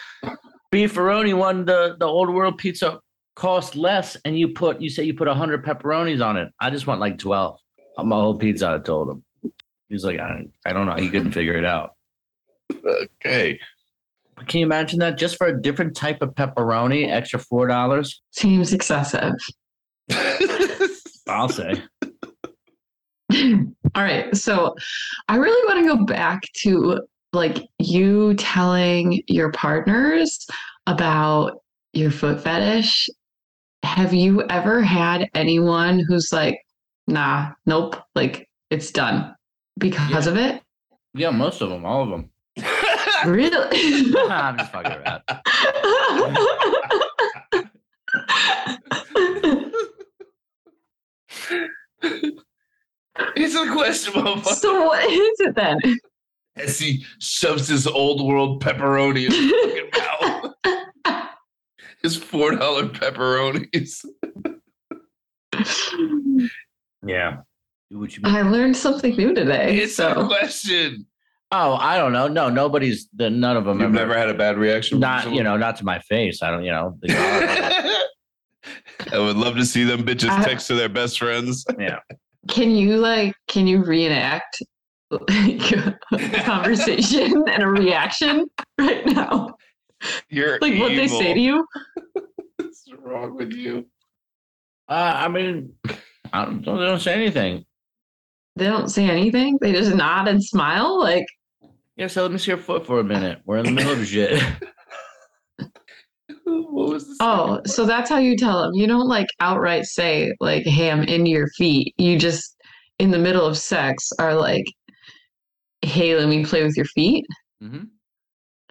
B: Beefaroni won the, the old world pizza cost less, and you put you say you put hundred pepperonis on it. I just want like twelve. on My whole pizza, I told him. He's like, I, I don't know. He couldn't figure it out.
A: Okay.
B: But can you imagine that? Just for a different type of pepperoni, extra four dollars.
C: Seems excessive.
B: I'll say.
C: All right. So I really want to go back to like you telling your partners about your foot fetish. Have you ever had anyone who's like, nah, nope, like it's done because of it?
B: Yeah, most of them, all of them.
C: Really?
B: I'm just fucking around.
A: It's a question, motherfucker.
C: so what is it then?
A: as he shoves his old world pepperoni in his fucking mouth. His four dollar pepperonis.
B: Yeah. Do what you mean.
C: I learned something new today.
A: It's a
C: so
A: question.
B: Oh, I don't know. No, nobody's. The, none of them.
A: You've
B: ever-
A: never had a bad reaction. from
B: Not
A: someone?
B: you know, not to my face. I don't. You know. the-
A: I would love to see them bitches
C: I-
A: text to their best friends.
C: can you like can you reenact like, a conversation and a reaction right now?
A: You're
C: Like what they say to you?
A: What's wrong with you?
B: uh, I mean, I don't, they don't say anything.
C: They don't say anything. They just nod and smile. Like
B: Yeah. So let me see your foot for a minute. We're in the middle of shit.
A: What was this?
C: oh, so that's how you tell them. You don't like outright say like, "Hey, I'm into your feet." You just in the middle of sex are like, "Hey, let me play with your feet."
B: hmm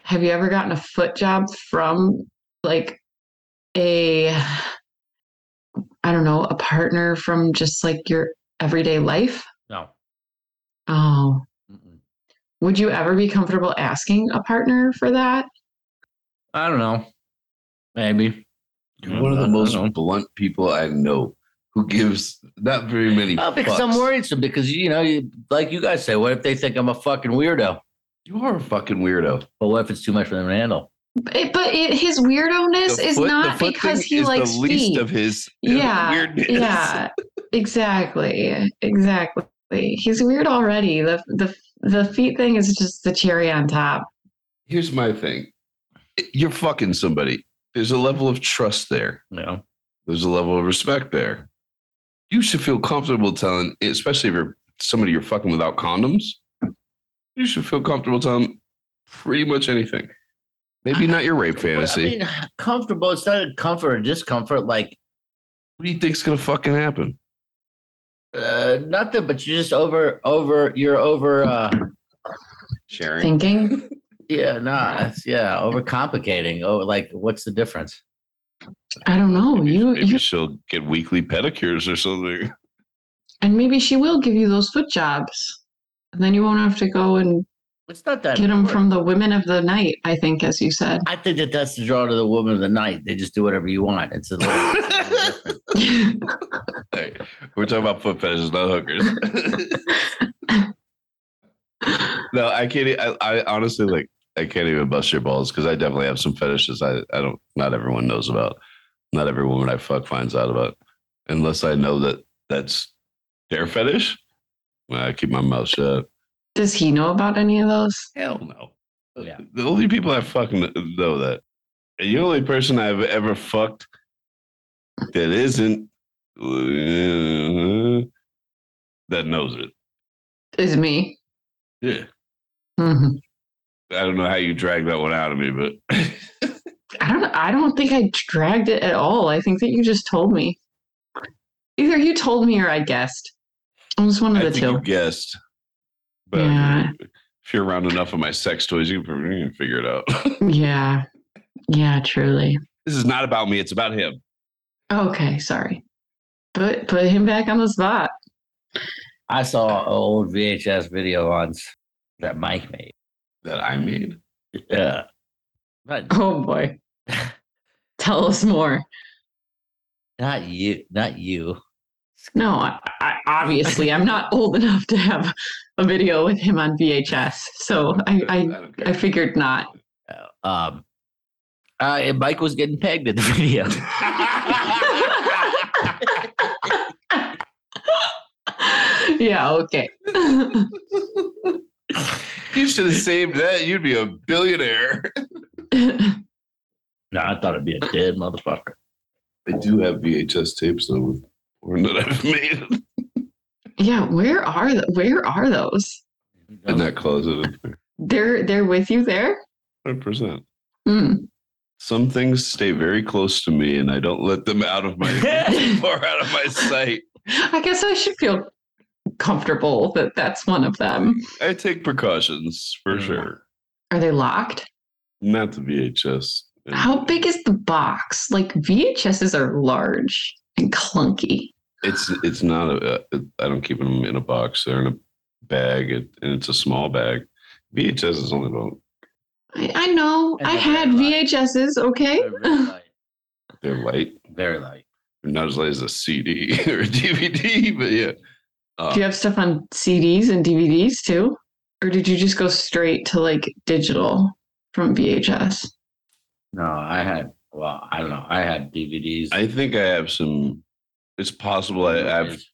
C: have you ever gotten a foot job from like a I don't know, a partner from just like your everyday life?
B: No.
C: Oh,
B: Mm-mm.
C: would you ever be comfortable asking a partner for that?
B: I don't know. Maybe.
A: You're one of the most
B: I don't
A: blunt people I know who gives not very many.
B: Oh, because I'm
A: fucks.
B: worried some because you know, you, like you guys say, what if they think I'm a fucking weirdo?
A: You are a fucking weirdo.
B: But what if it's too much for them to handle?
C: It, but it, his weirdoness
A: The
C: is
A: foot- the
C: not
A: foot
C: because
A: thing
C: he
A: is
C: likes
A: the least
C: feet.
A: of his
C: Yeah,
A: weirdness.
C: yeah, exactly, exactly. He's weird already. The the the feet thing is just the cherry on top.
A: Here's my thing: you're fucking somebody. There's a level of trust there.
B: No.
A: There's a level of respect there. You should feel comfortable telling, especially if you're somebody you're fucking without condoms. You should feel comfortable telling pretty much anything. Maybe not your rape fantasy.
B: I mean, comfortable. It's not a comfort or discomfort. Like
A: what do you think's gonna fucking happen?
B: uh, nothing, but you're just over, over. You're over. uh
A: Sharing.
C: Thinking,
B: Yeah, nah, it's- yeah, overcomplicating. Oh, like what's the difference?
C: I don't know.
A: Maybe-
C: You
A: maybe
C: you
A: she'll get weekly pedicures or something.
C: and maybe she will give you those foot jobs, and then you won't have to go and
B: It's not that.
C: get them
B: important.
C: from the women of the night. I think, as you said.
B: I think that that's the draw to the woman of the night. They just do whatever you want. It's a little.
A: Hey, we're talking about foot fetishes, not hookers. no, I can't. e, I, I honestly like. I can't even bust your balls because I definitely have some fetishes. I, I don't. Not everyone knows about. Not every woman I fuck finds out about, unless I know that that's their fetish. Well, I keep my mouth shut.
C: Does he know about any of those?
A: Hell no.
B: Yeah.
A: The only people I fucking know that. And the only person I've ever fucked that isn't uh, that knows it.
C: Is me.
A: Yeah.
C: Mhm.
A: I don't know how you drag that one out of me, but
C: I don't. I don't think I dragged it at all. I think that you just told me. Either you told me or I guessed. It was one of
A: I
C: the
A: think
C: two.
A: you guessed. But
C: Yeah.
A: if you're around enough of my sex toys, you can you can figure it out.
C: Yeah. Yeah, truly.
A: this is not about me, it's about him.
C: Okay, sorry. Put put him back on the spot.
B: I saw an old VHS video once that Mike made.
A: That
C: Mm.
A: I mean.
B: Yeah. Not,
C: Oh boy. Tell us more.
B: not you. Not you.
C: No, I, I, obviously I'm not old enough to have a video with him on VHS. So I
A: don't
C: I, I figured not.
B: Um, uh, and Mike was getting pegged in the video.
C: yeah, okay.
A: you should have saved that. You'd be a billionaire.
B: no, I thought it'd be a dead motherfucker.
A: I do have VHS tapes though with porn that I've made
C: yeah, where are the, where are those?
A: in that closet.
C: They're they're with you there?
A: Hundred percent.
C: Hmm.
A: Some things stay very close to me, and I don't let them out of my far out of my sight.
C: I guess I should feel comfortable that that's one of them.
A: I take precautions for sure.
C: Are they locked?
A: Not the VHS.
C: How big is the box? Like VHSs are large and clunky.
A: It's it's not a. uh, I don't keep them in a box. They're in a bag, and it's a small bag. VHS is only about
C: I, I know.
B: And
C: I
B: they're
C: had
B: very
C: VHSs, okay?
B: They're Very light.
A: they're light.
B: Very light.
A: They're not as light as a CD or a DVD, but yeah. Uh,
C: Do you have stuff on CDs and DVDs too? Or did you just go straight to like digital from VHS?
B: No, I had. Well, I don't know. I had DVDs.
A: I think I have some. It's possible I, I've
B: Movies.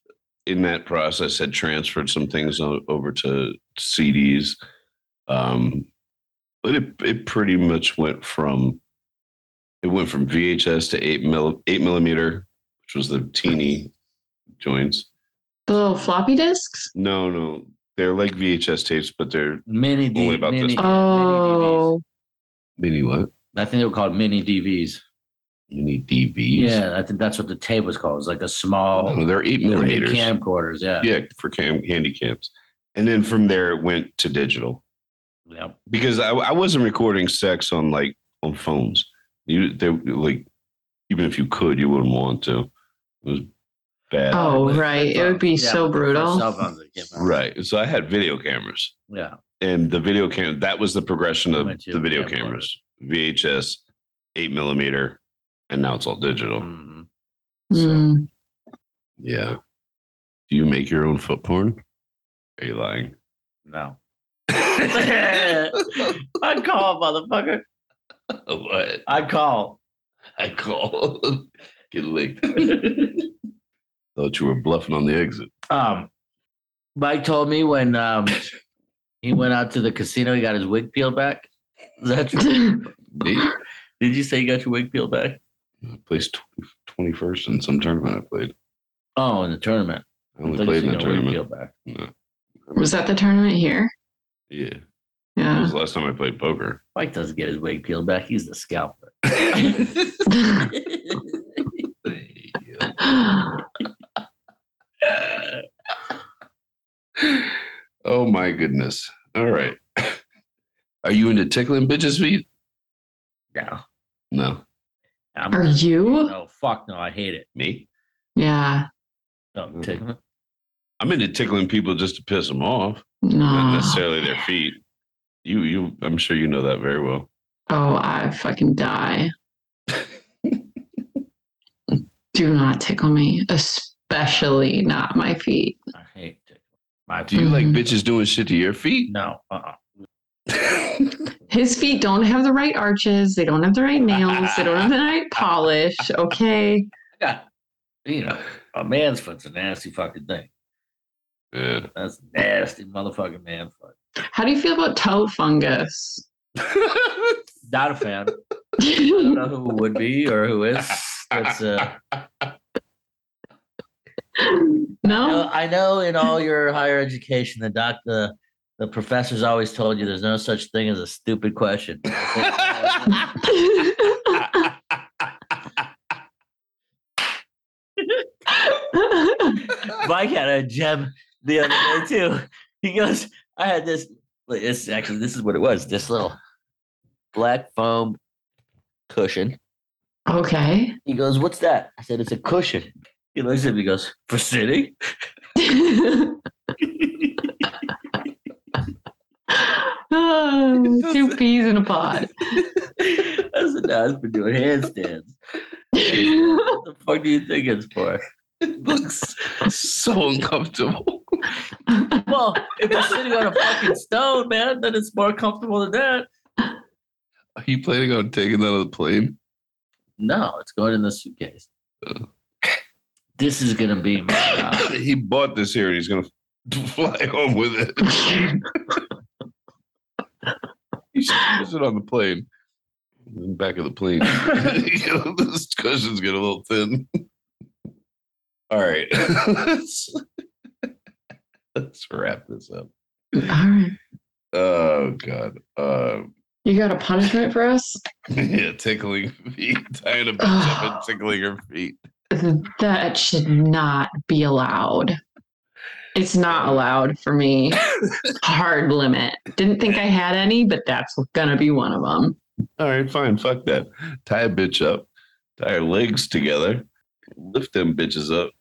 A: in that process had transferred some things o- over to CDs, um, but it it pretty much went from it went from VHS to eight mil eight millimeter, which was the teeny joints.
C: The little floppy disks?
A: No, no, they're like VHS tapes, but they're
B: mini D-
A: Only about
B: mini,
A: this
B: mini
C: Oh,
A: mini what
B: DVDs. I think they were called mini DVs.
A: mini DVs.
B: Yeah, I think that's what the tape was called. It's like a small
A: No, Oh, they're eight millimeters.
B: camcorders. Yeah.
A: yeah, for cam handy cams, and then from there it went to digital.
B: Yep.
A: because I, I wasn't recording sex on like on phones. You they like even if you could, you wouldn't want to. It was bad.
C: Oh, right. It would be
E: Yeah,
C: so
E: but the first
C: brutal.
E: cell phones that came out.
A: Right. So I had video cameras,
E: Yeah.
A: and the video cam that was the progression of
E: Went to
A: the video
E: camcorder.
A: cameras: VHS, eight millimeter, and now it's all digital.
B: Mm-hmm.
E: Mhm.
C: Mm.
A: Yeah. Do you make your own foot porn? Are you lying?
E: No.
B: I call, motherfucker.
A: what?
B: I call.
A: I call. Get licked. Thought you were bluffing on the exit.
B: Um, Mike told me when um, he went out to the casino, he got his wig peeled back. Is that true?
A: Deep.
B: Did you say you got your wig peeled back?
A: I placed twenty first in some tournament I played.
B: Oh, in the tournament.
A: I only
B: I thought you
A: played in
B: said
A: that
B: you got your wig
A: tournament.
B: peeled back.
C: was that the tournament here?
A: Yeah, that
C: Yeah.
A: was the last time I played poker.
B: Mike doesn't get his wig peeled back. He's the scalper.
A: oh my goodness! All right, are you into tickling bitches' feet?
B: No.
A: No,
B: I'm
C: Are
B: not-
C: you?
B: No, fuck no. I hate it.
A: me.
C: Yeah.
A: Mm-hmm.
B: Don't tickle me.
A: I'm into tickling people just to piss them off, not
C: No.
A: necessarily their feet. You, you. I'm sure you know that very well.
C: Oh, I fucking die. Do not tickle me, especially not my feet.
B: I hate tickle. My
A: Do you like
C: Mhm.
A: bitches doing shit to your feet?
B: No. Uh-uh.
C: His feet don't have the right arches. They don't have the right nails. They don't have the right polish. Okay.
B: Yeah. You know, a man's foot's a nasty fucking thing.
A: Yeah.
B: That's nasty motherfucking man foot.
C: How do you feel about toe fungus?
B: Not a fan. I don't know who would be or who is. That's uh, I know-
C: no?
B: I know in all your higher education, the doc, the, the professors always told you there's no such thing as a stupid question. Mike had a gem the other day too. He goes, I had this. wait, This actually, this is what it was. This little black foam cushion.
C: okay.
B: He goes, "What's that?" I said, "It's a cushion." He looks at me, he goes, "For sitting."
C: Oh, two peas in a pod.
B: I said, "No, it's for doing handstands." what the fuck do you think it's for?
A: looks so uncomfortable.
B: Well, if you're sitting on a fucking stone, man, then it's more comfortable than that.
A: Are you planning on taking that on the plane?
B: No, it's going in the suitcase. This is gonna be my uh,
A: he bought this here and he's gonna fly home with it. He should use it on the plane. In the back of the plane. You know, this cushion's get a little thin. All right. let's, let's wrap this up.
C: All right.
A: Oh god. Uh,
C: You got a punishment for us?
A: yeah, tickling feet, tying a bitch up and tickling her feet.
C: That should not be allowed. It's not allowed for me. Hard limit. Didn't think I had any, but that's gonna be one of them.
A: All right, fine. Fuck that. Tie a bitch up, tie her legs together, lift them bitches up,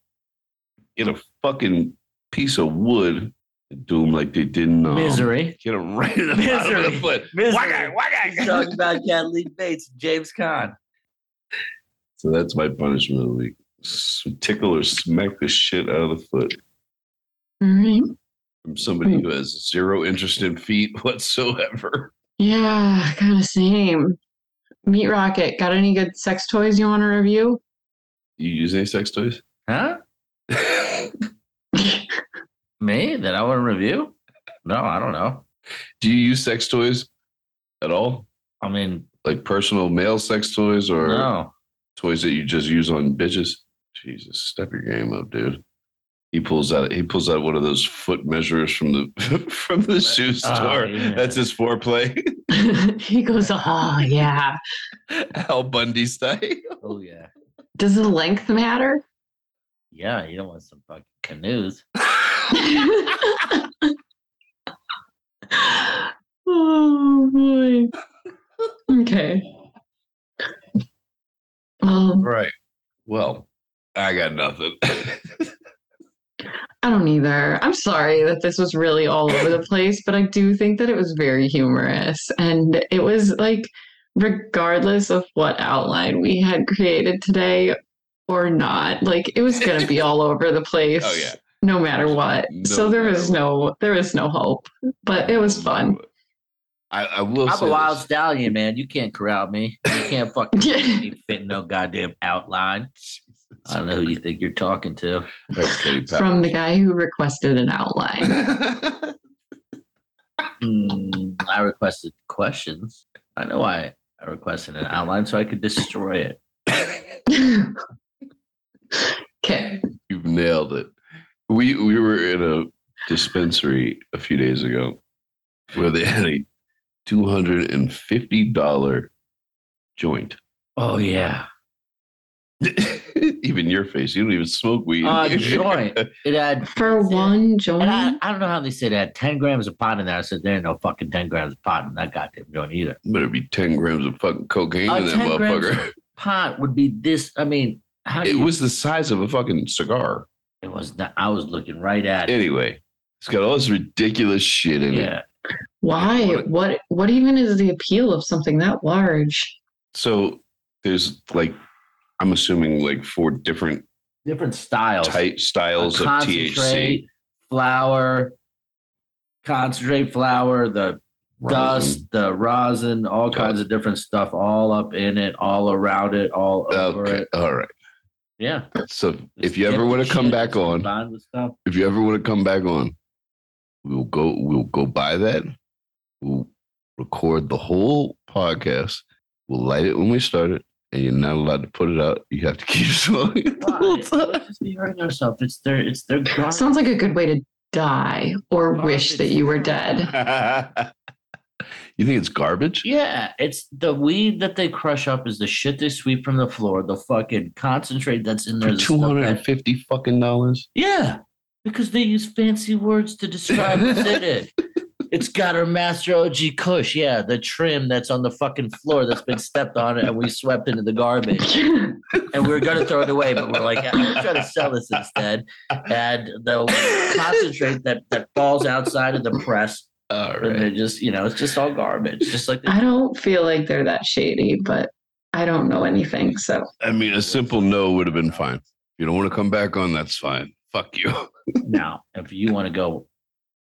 A: get a fucking piece of wood, and do them like they did in um,
B: uh, misery.
A: Get them right in the bottom of the
B: Misery.
A: foot.
B: Misery.
A: Wagga,
B: He's
A: wagga.
B: talking about Kathleen Bates, James Caan.
A: So that's my punishment of the week. S- Tickle or smack the shit out of the foot
C: All right.
A: from somebody who has zero interest in feet whatsoever.
C: Yeah, kind of same. Meat Rocket, got any good sex toys you want to review?
A: You use any sex toys?
B: Huh? Me that I want to review? No, I don't know.
A: do you use sex toys at all?
B: I mean,
A: Like personal male sex toys or
B: no.
A: toys that you just use on bitches. Jesus, step your game up, dude. He pulls out he pulls out one of those foot measurers from the from the shoe
B: Oh,
A: store.
B: yeah.
A: That's his foreplay,
C: he goes, oh yeah.
A: Al Bundy style.
B: Oh yeah,
C: Does the length matter?
B: yeah. You don't want some fucking canoes.
C: Oh boy. Okay. Well,
A: Right. Well, I got nothing.
C: I don't either. I'm sorry that this was really all over the place, but I do think that it was very humorous. And it was like, regardless of what outline we had created today or not, like it was going to be all over the place.
A: oh yeah.
C: No matter what.
A: No
C: so there
A: matter
C: was no there was no hope. But it was fun.
A: I, I will
B: I'm
A: say
B: a wild
A: this.
B: stallion, man. You can't corral me. You can't fucking
C: Yeah.
B: make me fit no goddamn outline. I don't know who you think you're talking to.
A: That's Katy Perry.
C: From the guy who requested an outline.
B: Mm, I requested questions. I know why I requested an outline so I could destroy it.
C: okay.
A: You've nailed it. We we were in a dispensary a few days ago where they had a two hundred and fifty dollar joint.
B: Oh yeah,
A: even your face, you don't even smoke weed.
B: a joint. It had.
C: For one joint.
B: And I, I don't know how they said it had 10 grams of pot in there. I said, there ain't no fucking 10 grams of pot in that goddamn joint either.
A: Better be ten grams of fucking cocaine
B: Uh,
A: in that
B: 10 grams.
A: motherfucker.
B: Pot would be this. I mean, how do
A: It
B: you?
A: was the size of a fucking cigar.
B: it was not, I was looking right at it.
A: Anyway, it's got all this ridiculous shit in it.
B: Yeah.
C: Why? What what even is the appeal of something that large?
A: So there's like, I'm assuming like four different
B: Different styles.
A: type styles of THC.
B: Concentrate, flour, concentrate flour, the dust, the rosin, all
A: Got
B: kinds of different stuff, all up in it, all around it, all over
A: Okay.
B: it.
A: All right.
B: Yeah.
A: So
B: Just
A: if you ever
B: different
A: want to come
B: shit
A: back on,
B: combined with stuff.
A: if you ever want to come back on, we'll go. We'll go buy that. We'll record the whole podcast. We'll light it when we start it, and you're not allowed to put it out. You have to keep smoking it the
B: Why?
A: whole
B: Let's
A: time.
B: just be hurting ourselves. It's their it's their garbage.
C: Sounds like a good way to die or
B: Garbage.
C: wish that you were dead.
A: you think it's garbage?
B: Yeah, it's the weed that they crush up is the shit they sweep from the floor, the fucking concentrate that's in there.
A: For
B: is the stuff
A: two hundred
B: that-
A: and fifty fucking dollars.
B: Yeah, because they use fancy words to describe what's in it. It's got our master OG Kush. Yeah, the trim that's on the fucking floor that's been stepped on and we swept into the garbage. And we were going to throw it away, but we're like, I'm going to try to sell this instead. And the concentrate that, that falls outside of the press,
A: All
B: and
A: right.
B: they just, you know, it's just all garbage. Just like
C: I don't feel like they're that shady, but I don't know anything. So
A: I mean, a simple no would have been fine. If you don't want to come back on, that's fine. Fuck you.
B: Now, if you want to go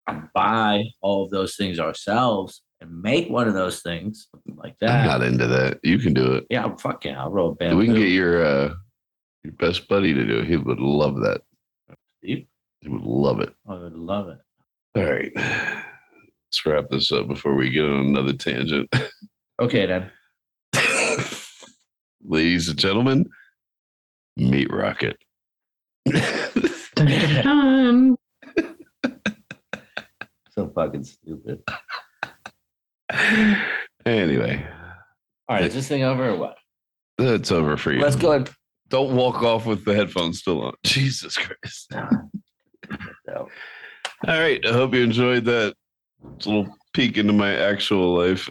B: and buy all of those things ourselves and make one of those things something like
A: I'm
B: that,
A: not into that. You can do it.
B: yeah, I'm fucking, I'll roll a band.
A: we can get your uh, your best buddy to do it. He would love that.
B: Steve?
A: He would love it.
B: I would love it.
A: All right. Let's wrap this up before we get on another tangent.
B: Okay, then.
A: Ladies and gentlemen, Meat Rocket.
C: um,
B: so fucking stupid.
A: anyway,
B: All right, is this thing over or what?
A: that's over for you.
B: Let's go and
A: Don't walk off with the headphones still on. Jesus Christ.
B: No.
A: All right. I hope you enjoyed that It's a little peek into my actual life.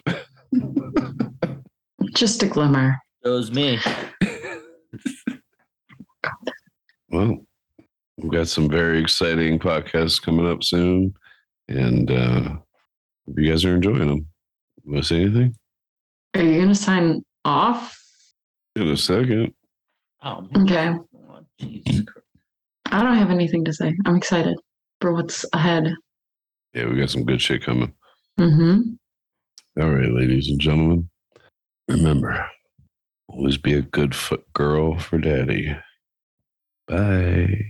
C: just a glimmer.
B: shows me.
A: Well, we've got some very exciting podcasts coming up soon. And uh, if you guys are enjoying them, want to say anything?
C: Are you gonna sign off?
A: In a second.
B: Oh, man.
C: Okay.
B: Oh, Jesus Christ.
C: I don't have anything to say. I'm excited for what's ahead.
A: Yeah, we got some good shit coming.
C: hmm
A: All right, ladies and gentlemen, remember always be a good foot girl for daddy. Bye.